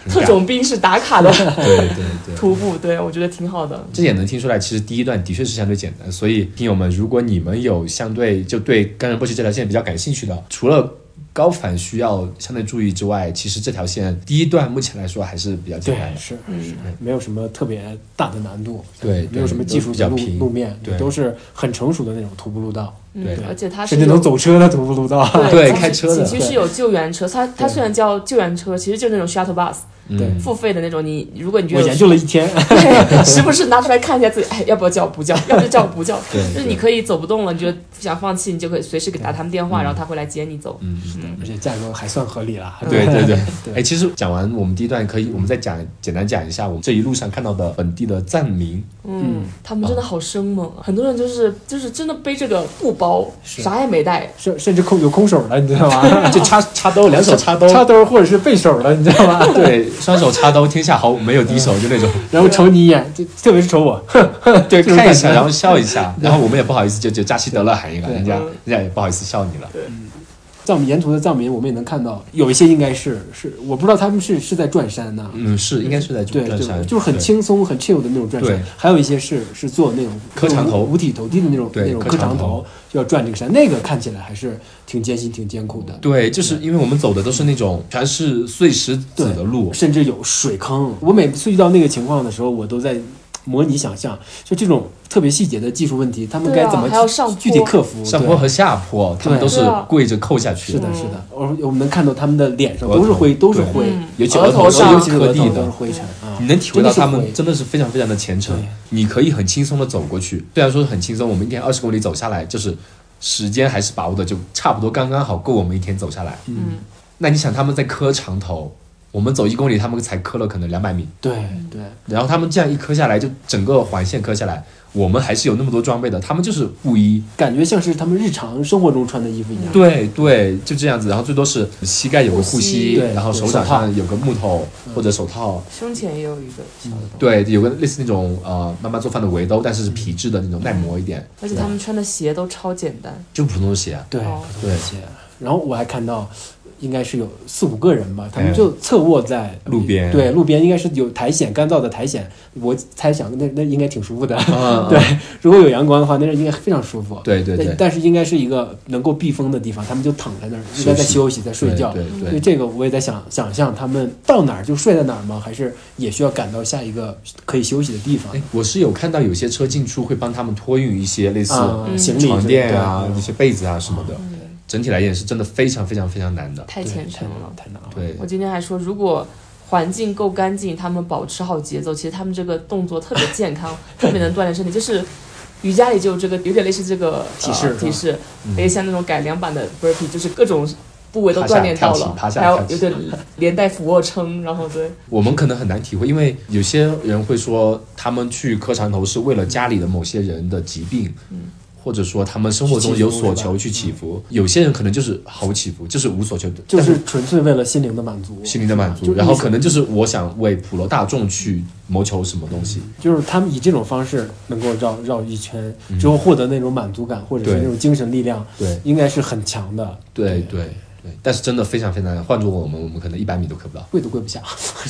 Speaker 3: 很
Speaker 4: 特
Speaker 3: 赶
Speaker 4: 种兵式打卡的
Speaker 3: 对对对。
Speaker 4: 徒步，对我觉得挺好的。
Speaker 3: 这也能听出来，其实第一段的确是相对简单。所以听友们，如果你们有相对就对甘仁波奇这条线比较感兴趣的，除了高反需要相对注意之外，其实这条线第一段目前来说还是比较
Speaker 2: 对
Speaker 3: 简单，的。
Speaker 2: 是
Speaker 4: 嗯
Speaker 2: 是，没有什么特别大的难度，
Speaker 3: 对对
Speaker 2: 没有什么技术
Speaker 3: 都比较
Speaker 2: 路
Speaker 3: 平
Speaker 2: 路面，
Speaker 3: 对
Speaker 2: 都是很成熟的那种徒步路道，
Speaker 4: 嗯
Speaker 3: 对，
Speaker 4: 而且它是
Speaker 2: 甚至
Speaker 4: 有
Speaker 2: 能走车的徒步路道。
Speaker 3: 对
Speaker 4: 它是
Speaker 3: 开车的
Speaker 4: 景区是有救援车，它它虽然叫救援车，其实就是那种 shuttle bus，
Speaker 2: 对
Speaker 3: 嗯
Speaker 4: 付费的那种，你如果你觉
Speaker 2: 我
Speaker 4: 得
Speaker 2: 研究了一天，
Speaker 4: 对， 时不时拿出来看一下自己，哎，要不要叫？不叫，要不就叫不叫。
Speaker 3: 对
Speaker 4: 就是你可以走不动了，你觉得不想放弃，你就可以随时给打他们电话，
Speaker 3: 嗯
Speaker 4: 然后他会来接你走。
Speaker 3: 嗯，
Speaker 2: 而且价格还算合理了。
Speaker 4: 嗯
Speaker 3: 对对对。
Speaker 2: 对
Speaker 3: 哎，其实讲完我们第一段，可以我们再讲简单讲一下我们这一路上看到的本地的站名。
Speaker 4: 嗯，他们真的好生猛，啊、很多人就是就是真的背这个布包，啥也没带，
Speaker 2: 甚甚至空有空手的，你知道吗？
Speaker 3: 就插插 兜，两手插兜，
Speaker 2: 插兜或者是背手的，你知道吗？
Speaker 3: 对，双手插兜，天下毫没有敌手，就那种，
Speaker 2: 然后瞅你一眼，就特别是瞅我，这
Speaker 3: 对，
Speaker 2: 种
Speaker 3: 看一下，
Speaker 2: 感觉
Speaker 3: 然后笑一下，然后我们也不好意思，就就扎西德勒喊一个，
Speaker 2: 对
Speaker 3: 人家
Speaker 4: 嗯
Speaker 3: 人家也不好意思笑你了，
Speaker 2: 在我们沿途的藏民，我们也能看到有一些应该是是，我不知道他们是是在转山呢、
Speaker 3: 嗯，是，应该是在
Speaker 2: 对
Speaker 3: 转
Speaker 2: 对，
Speaker 3: 山，
Speaker 2: 就是很
Speaker 3: 对，
Speaker 2: 轻松、很 chill 的那种转山
Speaker 3: 对，
Speaker 2: 还有一些是是做那种
Speaker 3: 磕长
Speaker 2: 那
Speaker 3: 头
Speaker 2: 种五体投地的那种
Speaker 3: 对
Speaker 2: 那种
Speaker 3: 磕
Speaker 2: 磕
Speaker 3: 长
Speaker 2: 长
Speaker 3: 头
Speaker 2: 头，就要转这个山，那个看起来还是挺艰辛、挺艰苦的，
Speaker 3: 对，就是因为我们走的都是那种全是碎石子的路，
Speaker 2: 甚至有水坑。我每次遇到那个情况的时候，我都在模拟想象，就这种特别细节的技术问题，他们
Speaker 4: 对啊
Speaker 2: 该怎么
Speaker 4: 还要上
Speaker 2: 具体
Speaker 4: 坡
Speaker 2: 克服？
Speaker 3: 上
Speaker 2: 对
Speaker 3: 坡和下坡，他们
Speaker 2: 对
Speaker 3: 都是
Speaker 4: 对啊
Speaker 3: 跪着扣下去
Speaker 2: 是
Speaker 3: 的，
Speaker 2: 的，是的，我我们能看到他们的脸上
Speaker 3: 额头
Speaker 2: 都是灰，都是
Speaker 3: 对
Speaker 2: 灰，
Speaker 4: 嗯
Speaker 3: 尤其
Speaker 4: 额
Speaker 3: 额
Speaker 4: 头
Speaker 3: 头
Speaker 4: 上
Speaker 3: 尤
Speaker 2: 尤
Speaker 3: 其
Speaker 2: 其
Speaker 3: 是
Speaker 2: 是
Speaker 3: 磕
Speaker 2: 额
Speaker 3: 地
Speaker 2: 头都是
Speaker 3: 的。
Speaker 2: 灰尘啊
Speaker 3: 你。能体会到他
Speaker 2: 真的
Speaker 3: 们
Speaker 2: 是会
Speaker 3: 真的是非常非常的虔诚
Speaker 2: 对，
Speaker 3: 你可以很轻松的走过去。虽啊然说很轻松，我们一天二十公里走下来，就是时间还是把握的就差不多刚刚好够我们一天走下来。
Speaker 4: 嗯，
Speaker 3: 那你想他们在磕长头，我们走一公里，他们才磕了可能两百米，
Speaker 2: 对对，
Speaker 3: 然后他们这样一磕下来，就整个环线磕下来，我们还是有那么多装备的，他们就是布衣，
Speaker 2: 感觉像是他们日常生活中穿的衣服一样。
Speaker 3: 对对，就这样子，然后最多是膝盖有个护
Speaker 4: 护
Speaker 3: 膝，
Speaker 4: 膝
Speaker 2: 对
Speaker 3: 然后手嗯掌上有个木头或者手套，
Speaker 4: 胸前也有一个小的东西，
Speaker 3: 嗯对，有个类似那种呃妈妈做饭的围兜，但是是皮质的那种，耐磨一点，
Speaker 4: 而且他们穿的鞋都超简单，
Speaker 3: 就普通的啊鞋。
Speaker 2: 对
Speaker 4: 哦
Speaker 3: 对
Speaker 2: 对。然后我还看到，应该是有四五个人吧，他
Speaker 3: 哎
Speaker 2: 们就侧卧在
Speaker 3: 路边
Speaker 2: 对，路边应该是有苔藓，干燥的苔藓。我猜想那那应该挺舒服的。
Speaker 3: 嗯，
Speaker 2: 对，如果有阳光的话，那应该非常舒服。
Speaker 3: 对对对
Speaker 2: 但但是应该是一个能够避风的地方，他们就躺在那儿，
Speaker 3: 休息
Speaker 2: 应该在休息，在睡觉。
Speaker 3: 对
Speaker 2: 所以
Speaker 3: 对对，
Speaker 2: 这个我也在想想象，他们到哪儿就睡在哪儿吗？还是也需要赶到下一个可以休息的地方
Speaker 3: 哎？，我是有看到有些车进出会帮他们托运一些类似
Speaker 2: 啊，
Speaker 4: 嗯
Speaker 2: 行李
Speaker 3: 床垫啊、
Speaker 2: 对
Speaker 3: 一些被子啊什么的。整体来言是真的非常非常非常难的。
Speaker 4: 太
Speaker 2: 对
Speaker 4: 虔诚了。
Speaker 2: 太难了。
Speaker 3: 对
Speaker 4: 我今天还说，如果环境够干净，他们保持好节奏，其实他们这个动作特别健 康，特别能锻炼身体。就是瑜伽里就有这个，有点类似这个
Speaker 2: 体式
Speaker 4: 呃、
Speaker 2: 是吧
Speaker 4: 提示，
Speaker 3: 嗯
Speaker 4: 有点像那种改良版的 burpee，就是各种部位都锻炼到了，
Speaker 3: 趴下
Speaker 4: 还
Speaker 3: 跳起
Speaker 4: 有
Speaker 3: 趴下跳起
Speaker 4: 有点连带俯卧撑，然后对，
Speaker 3: 我们可能很难体会，因为有些人会说他们去磕长头是为了家里的某些人的疾病，或者说他们生活中有所求嗯去祈福。有些人可能就是毫无祈福，就是无所求，
Speaker 2: 就
Speaker 3: 但
Speaker 2: 是纯粹为了心灵的满足，
Speaker 3: 心灵的满
Speaker 2: 就
Speaker 3: 足，
Speaker 2: 是
Speaker 3: 然后可能就是我想为普罗大众去谋求什么东西。
Speaker 2: 就是他们以这种方式能够绕绕一圈之后获得那种满足感，或者是
Speaker 3: 嗯对
Speaker 2: 那种精神力量，
Speaker 3: 对
Speaker 2: 应该是很强的，。
Speaker 3: 对对对，但是真的非常非常难，换做我们，我们可能一百米都磕不到
Speaker 2: 跪都跪不下。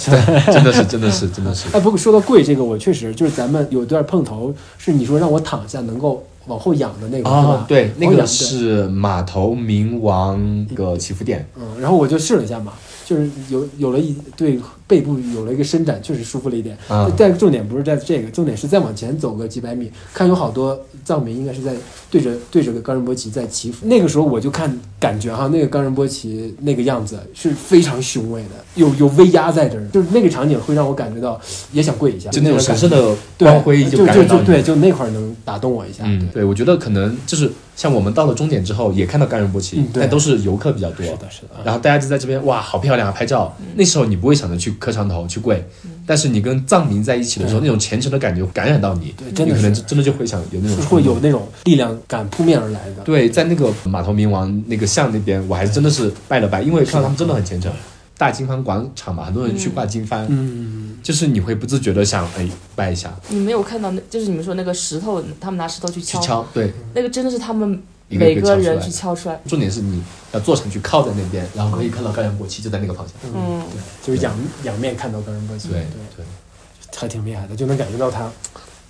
Speaker 3: 对， 真的是真的是真的是，
Speaker 2: 哎，不过说到跪这个，我确实就是咱们有一段碰头，是你说让我躺下能够往后仰的那个，是吧
Speaker 3: 哦，？对，那
Speaker 2: 啊我
Speaker 3: 个
Speaker 2: 想
Speaker 3: 是码头冥王个祈福殿，
Speaker 2: 嗯，然后我就试了一下嘛，就是有有了一对背部有了一个伸展，确实舒服了一点。
Speaker 3: 啊
Speaker 2: 但重点不是在这个，重点是再往前走个几百米，看有好多藏民应该是在对着对着个冈仁波齐在祈福。那个时候我就看感觉哈，那个冈仁波齐那个样子是非常雄伟的，有有威压在这儿，就是那个场景会让我感觉到也想跪一下，
Speaker 3: 就那种神
Speaker 2: 感
Speaker 3: 圣
Speaker 2: 觉。
Speaker 3: 的
Speaker 2: 对
Speaker 3: 光辉
Speaker 2: 就
Speaker 3: 感染到
Speaker 2: 就
Speaker 3: 你。
Speaker 2: 对，就那块儿能打动我一下。
Speaker 3: 嗯，对，我觉得可能就是像我们到了终点之后，也看到冈仁波齐
Speaker 2: 嗯，对
Speaker 3: 但都是游客比较多
Speaker 2: 对，。是的，是的。啊
Speaker 3: 然后大家就在这边哇，好漂亮啊，拍照。
Speaker 4: 嗯
Speaker 3: 那时候你不会想着去磕长头去跪，但是你跟藏民在一起的时候，那种虔诚的感觉感染到你，
Speaker 2: 对真的
Speaker 3: 你可能
Speaker 2: 是
Speaker 3: 真的就会想有那种
Speaker 2: 是会
Speaker 3: 冲动
Speaker 2: 有那种力量感扑面而来的。
Speaker 3: 对，在那个码头冥王那个像那边，我还真的是拜了拜，因为看到他们真的很虔诚。大经幡广场嘛，很多人去挂经幡，
Speaker 2: 嗯，
Speaker 3: 就是你会不自觉的想哎拜一下，
Speaker 4: 你没有看到那，就是你们说那个石头，他们拿石头去
Speaker 3: 去
Speaker 4: 敲，
Speaker 3: 敲。对，
Speaker 4: 那个真的是他们
Speaker 3: 一个一
Speaker 4: 每
Speaker 3: 个
Speaker 4: 个
Speaker 3: 敲出
Speaker 4: 人
Speaker 3: 来嗯
Speaker 4: 去敲出来，
Speaker 3: 重点是你要坐上去靠在那边，然后可以看到高阳国旗就在那个方向。
Speaker 4: 嗯，
Speaker 2: 就是仰仰面看到冈仁波齐，
Speaker 3: 对
Speaker 2: 对，
Speaker 3: 对
Speaker 2: 还挺厉害的，就能感觉到他，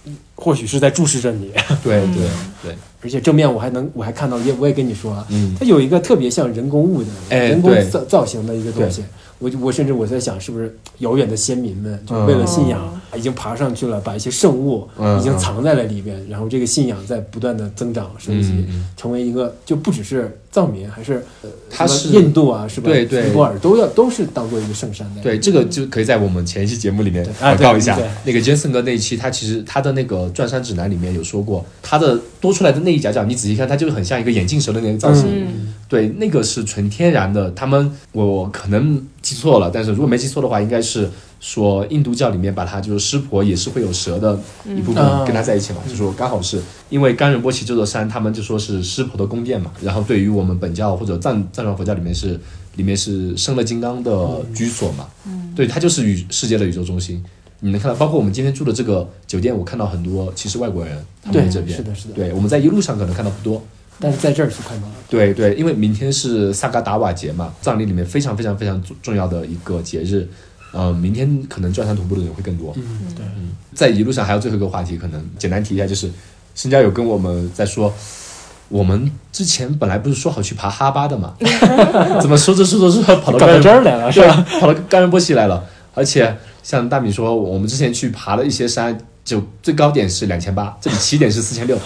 Speaker 2: 嗯或许是在注视着你，
Speaker 3: 对对对，
Speaker 2: 而且正面我还能我还看到，也我也跟你说啊，
Speaker 3: 嗯，
Speaker 2: 它有一个特别像人工物的、
Speaker 3: 哎
Speaker 2: 人工
Speaker 3: 对
Speaker 2: 造造型的一个东西，我就我甚至我在想，是不是遥远的先民们就为了信仰已经爬上去了，把一些圣物
Speaker 3: 嗯
Speaker 2: 已经藏在了里边，然后这个信仰在不断的增长升级
Speaker 3: 嗯，嗯
Speaker 2: 成为一个就不只是藏民，还是呃
Speaker 3: 它
Speaker 2: 什
Speaker 3: 是
Speaker 2: 么印度啊，是吧？
Speaker 3: 对对
Speaker 2: 尼泊尔都要都是当做一个圣山在。
Speaker 3: 对，这个就可以在我们前一期节目里面
Speaker 2: 对啊
Speaker 3: 广告一下
Speaker 2: 对对。
Speaker 3: 那个 Jason 哥那一期，他其实他的那个转山指南里面有说过，他的多出来的那一角角，你仔细看，它就很像一个眼镜蛇的那个造型。
Speaker 4: 嗯
Speaker 3: 对，那个是纯天然的。他们我我可能记错了，但是如果没记错的话，应该是说印度教里面把它就是湿婆也是会有蛇的一部分
Speaker 2: 嗯
Speaker 3: 跟他在一起嘛，就说刚好是因为甘仁波齐这座山，他们就说是湿婆的宫殿嘛。然后对于我们本教或者藏藏传佛教里面是里面是生了金刚的居所嘛，
Speaker 2: 嗯
Speaker 3: 对，它就是宇世界的宇宙中心。你能看到，包括我们今天住的这个酒店，我看到很多其实外国人他们
Speaker 2: 对
Speaker 3: 在这边，
Speaker 2: 是的是的
Speaker 3: 对，我们在一路上可能看到不多，
Speaker 2: 但是在这儿是看到了。
Speaker 3: 对对，因为明天是萨嘎达瓦节嘛，藏历里面非常非常非常重重要的一个节日。呃，明天可能转山徒步的人会更多。
Speaker 2: 嗯，对，
Speaker 3: 在一路上还有最后一个话题，可能简单提一下，就是新疆有跟我们在说，我们之前本来不是说好去爬哈巴 的嘛，怎么说着说着说着跑到
Speaker 2: 搞
Speaker 3: 甘
Speaker 2: 到
Speaker 3: 仁
Speaker 2: 这儿来了是
Speaker 3: 对
Speaker 2: 吧？
Speaker 3: 啊，跑到甘仁波齐来了。而且像大米说，我们之前去爬了一些山，就最高点是两千八，这里起点是四千六。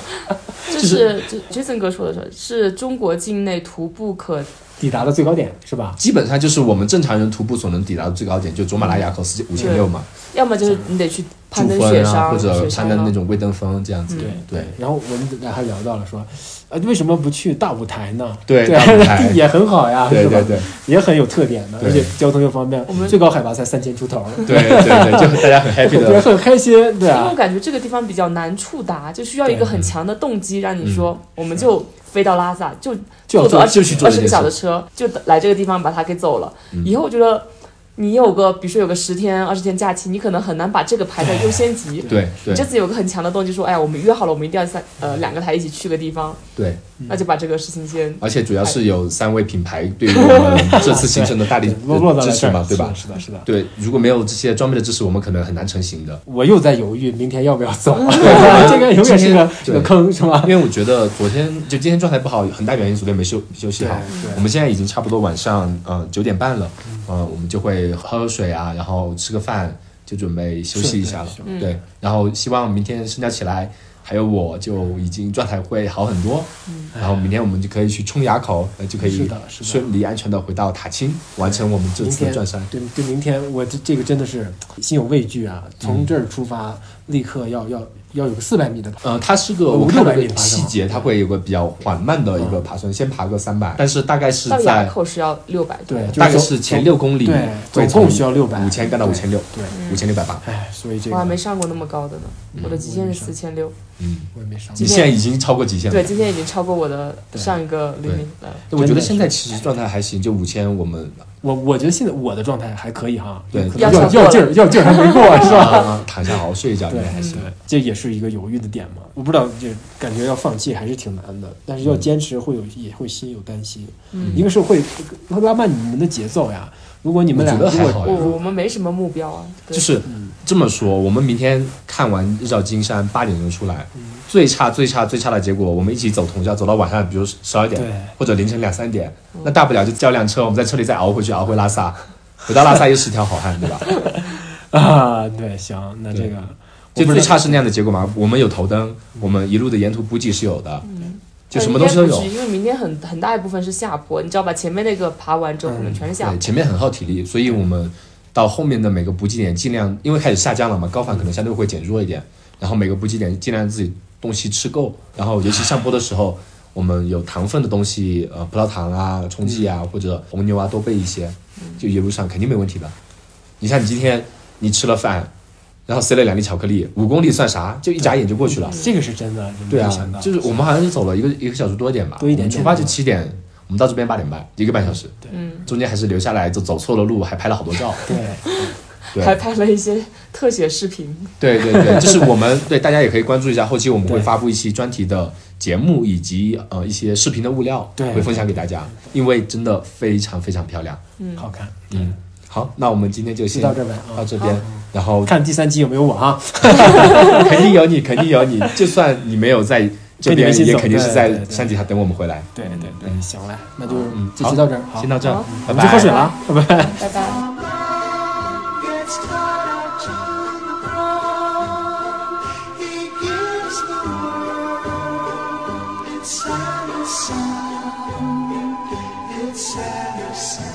Speaker 4: 这是这 Jason 哥说的是，是中国境内徒步可
Speaker 2: 抵达了最高点是吧？
Speaker 3: 基本上就是我们正常人徒步所能抵达的最高点，就卓玛拉雅口四五千六嘛，
Speaker 4: 要么就是你得去攀
Speaker 3: 珠
Speaker 4: 登雪
Speaker 3: 峰
Speaker 4: 山，
Speaker 3: 啊，或者
Speaker 4: 雪
Speaker 3: 攀
Speaker 4: 山
Speaker 3: 登
Speaker 4: 啊嗯
Speaker 3: 那种卫登峰这样子。嗯对
Speaker 2: 然后我们还聊到了说，呃，为什么不去大舞台呢？
Speaker 3: 对
Speaker 2: 对
Speaker 3: 大舞 台
Speaker 2: 也很好呀，
Speaker 3: 对
Speaker 2: 是吧
Speaker 3: 对？对
Speaker 2: 也很有特点的，
Speaker 3: 对
Speaker 2: 而且交通又方便
Speaker 4: 我，们
Speaker 2: 最高海拔才三千出头，
Speaker 3: 对对对，就很大家 很 happy
Speaker 2: 对，
Speaker 3: 的。
Speaker 2: 很开心，对
Speaker 4: 因为
Speaker 2: 啊
Speaker 4: 我，感觉这个地方比较难触达，就需要一个
Speaker 2: 对
Speaker 4: 很强的动机，让你说我们就飞到拉萨，就
Speaker 2: 就要做
Speaker 4: 坐坐二
Speaker 3: 嗯就去做
Speaker 4: 二
Speaker 3: 这
Speaker 4: 十个
Speaker 3: 件事嗯
Speaker 4: 小时的车，就来这个地方把它给走了。以后我觉得你有个，比如说有个十天、二十天假期，你可能很难把这个排在优先级。
Speaker 3: 对
Speaker 4: 你这
Speaker 3: 对
Speaker 4: 次有个很强的动机，说哎呀，我们约好了，我们一定要三呃两个台一起去个地方，
Speaker 3: 对，
Speaker 4: 那就把这个事情先
Speaker 3: 而且主要是有三位品牌 对于我们这次行程的大力
Speaker 2: 落落到
Speaker 3: 支
Speaker 2: 了
Speaker 3: 持
Speaker 2: 这
Speaker 3: 嘛
Speaker 2: 儿，，
Speaker 3: 对吧？
Speaker 2: 是的，是的，是的。
Speaker 3: 对，如果没有这些装备的支持，我们可能很难成行的。
Speaker 2: 我又在犹豫明天要不要 走，这个永远是个
Speaker 3: 今天
Speaker 2: 是个坑，是吧？
Speaker 3: 因为我觉得昨天就今天状态不好，很大原因昨天没休休息好
Speaker 2: 对对。
Speaker 3: 我们现在已经差不多晚上呃九点半了，呃，我们就会喝喝水啊，然后吃个饭，就准备休息一下了
Speaker 2: 是。
Speaker 4: 嗯
Speaker 3: 对，然后希望明天升降起来，还有我就已经状态会好很多。然后明天我们就可以去冲垭口，呃就可
Speaker 2: 嗯是
Speaker 3: 以
Speaker 2: 的是的
Speaker 3: 顺利安全的回到塔青，完成我们这
Speaker 2: 明
Speaker 3: 次的
Speaker 2: 天
Speaker 3: 转山。
Speaker 2: 对对，明天我这这个真的是心有畏惧啊！从
Speaker 3: 嗯
Speaker 2: 这儿出发，立刻要要要有个四百米的跑，
Speaker 3: 呃，它是个
Speaker 2: 呃
Speaker 3: 我看了
Speaker 2: 500米
Speaker 3: 个
Speaker 2: 爬
Speaker 3: 细
Speaker 2: 升
Speaker 3: 节，它会有个比较缓慢的一
Speaker 2: 嗯
Speaker 3: 个爬升，先爬个三百，但是大概是
Speaker 4: 到
Speaker 3: 在
Speaker 4: 垭口是要六百多。
Speaker 2: 对，就
Speaker 3: 哎大概
Speaker 2: 走
Speaker 3: 是前六公里
Speaker 2: 对，
Speaker 3: 会
Speaker 2: 总
Speaker 3: 从
Speaker 2: 共需要600
Speaker 3: 五千干到五
Speaker 2: 对
Speaker 3: 千六，
Speaker 2: 对，
Speaker 3: 五千六百八。
Speaker 2: 哎，所以这
Speaker 4: 我
Speaker 2: 个
Speaker 4: 还没上过那么高的呢，我的极限是四千六。
Speaker 3: 嗯，
Speaker 2: 我也没上
Speaker 3: 你
Speaker 4: 今
Speaker 3: 现
Speaker 4: 天
Speaker 3: 在已经超过极限了。
Speaker 4: 对，今天已经超过我的上一个黎明了。
Speaker 3: 对，我觉
Speaker 2: 真的
Speaker 3: 得现在其实状态还行，就五千 我们
Speaker 2: 我我觉得现在我的状态还可以哈，
Speaker 3: 对
Speaker 2: 可能
Speaker 4: 要
Speaker 2: 要
Speaker 4: 超过
Speaker 2: 要劲儿，要劲儿还 没过是吧？
Speaker 3: 啊躺下好好睡一觉应
Speaker 2: 对
Speaker 3: 该，还行。
Speaker 2: 这也是一个犹豫的点嘛。我不知道，就感觉要放弃还是挺难的，但
Speaker 3: 嗯
Speaker 2: 是要坚持会有也会心有担心，
Speaker 4: 嗯
Speaker 2: 一个是会会拉慢你们的节奏呀。如果你们俩
Speaker 3: 我
Speaker 2: 如
Speaker 3: 觉得还
Speaker 2: 果
Speaker 3: 好
Speaker 4: 我
Speaker 3: 呀，
Speaker 4: 哦我们没什么目标啊，对
Speaker 3: 就是
Speaker 2: 嗯
Speaker 3: 这么说，我们明天看完日照金山八点钟出来，
Speaker 2: 嗯
Speaker 3: 最差最差最差的结果，我们一起走通宵，走到晚上，比如十二点
Speaker 2: 对嗯
Speaker 3: 或者凌晨两三点，那大不了就叫辆车，我们在车里再熬回去，熬回拉萨，回到拉萨又是条好汉，对吧？
Speaker 2: 啊，对，行，那这
Speaker 3: 对
Speaker 2: 个
Speaker 3: 就
Speaker 2: 我不
Speaker 3: 最
Speaker 2: 知道
Speaker 3: 差是那样的结果嘛。我们有头灯，我们一路的沿途补给是有的，就什么东
Speaker 4: 但是
Speaker 3: 西都
Speaker 4: 应该
Speaker 3: 有
Speaker 4: 不。是因为明天很很大一部分是下坡，你知道吧？前面那个爬完之后，可能全是下坡
Speaker 3: 嗯对，。前面很耗体力，所以我们到后面的每个补给点尽量，因为开始下降了嘛，高反可能相对会减弱一点，然后每个补给点尽量自己东西吃够，然后尤其上坡的时候，我们有糖分的东西，呃，葡萄糖啊、冲剂啊、或者红牛啊多备一些，就一路上肯定没问题的。你像你今天你吃了饭，然后塞了两粒巧克力，五公里算啥？就一眨眼就过去了。
Speaker 2: 嗯这个是真的，真的
Speaker 3: 对
Speaker 2: 没
Speaker 3: 啊
Speaker 2: 想到，
Speaker 3: 就是我们好像是走了一个一个小时多一点吧，
Speaker 2: 多一点点
Speaker 3: 我们出发就七点，我们到这边八点半，一个半小时，
Speaker 4: 嗯，
Speaker 3: 中间还是留下来就走错了路，还拍了好多 照。
Speaker 2: 对，
Speaker 3: 对
Speaker 4: 还拍了一些特写视频。
Speaker 3: 对对对，就是我们对大家也可以关注一下，后期我们会发布一期专题的节目以及呃一些视频的物料，
Speaker 2: 对
Speaker 3: 会分享给大家，因为真的非常非常漂亮。
Speaker 2: 好看，
Speaker 3: 嗯，好，那我们今天就
Speaker 2: 就
Speaker 3: 先
Speaker 2: 到这呗啊
Speaker 3: 到这边，然后
Speaker 2: 看第三集有没有我啊？
Speaker 3: 肯定有你，肯定有你。就算你没有在这
Speaker 2: 跟你们
Speaker 3: 边
Speaker 2: 一起
Speaker 3: 也
Speaker 2: 走
Speaker 3: 肯定是
Speaker 2: 对
Speaker 3: 在
Speaker 2: 对对
Speaker 3: 山底下等我们回来。
Speaker 2: 对对对，行嘞，那就
Speaker 3: 嗯
Speaker 2: 这期到这儿，好
Speaker 3: 先到这儿
Speaker 4: 好，
Speaker 2: 我
Speaker 3: 拜拜。
Speaker 2: 们去喝水了啊，拜拜。
Speaker 4: 拜拜。
Speaker 5: Gets caught our children He gives the world its saddest sound, its saddest sound.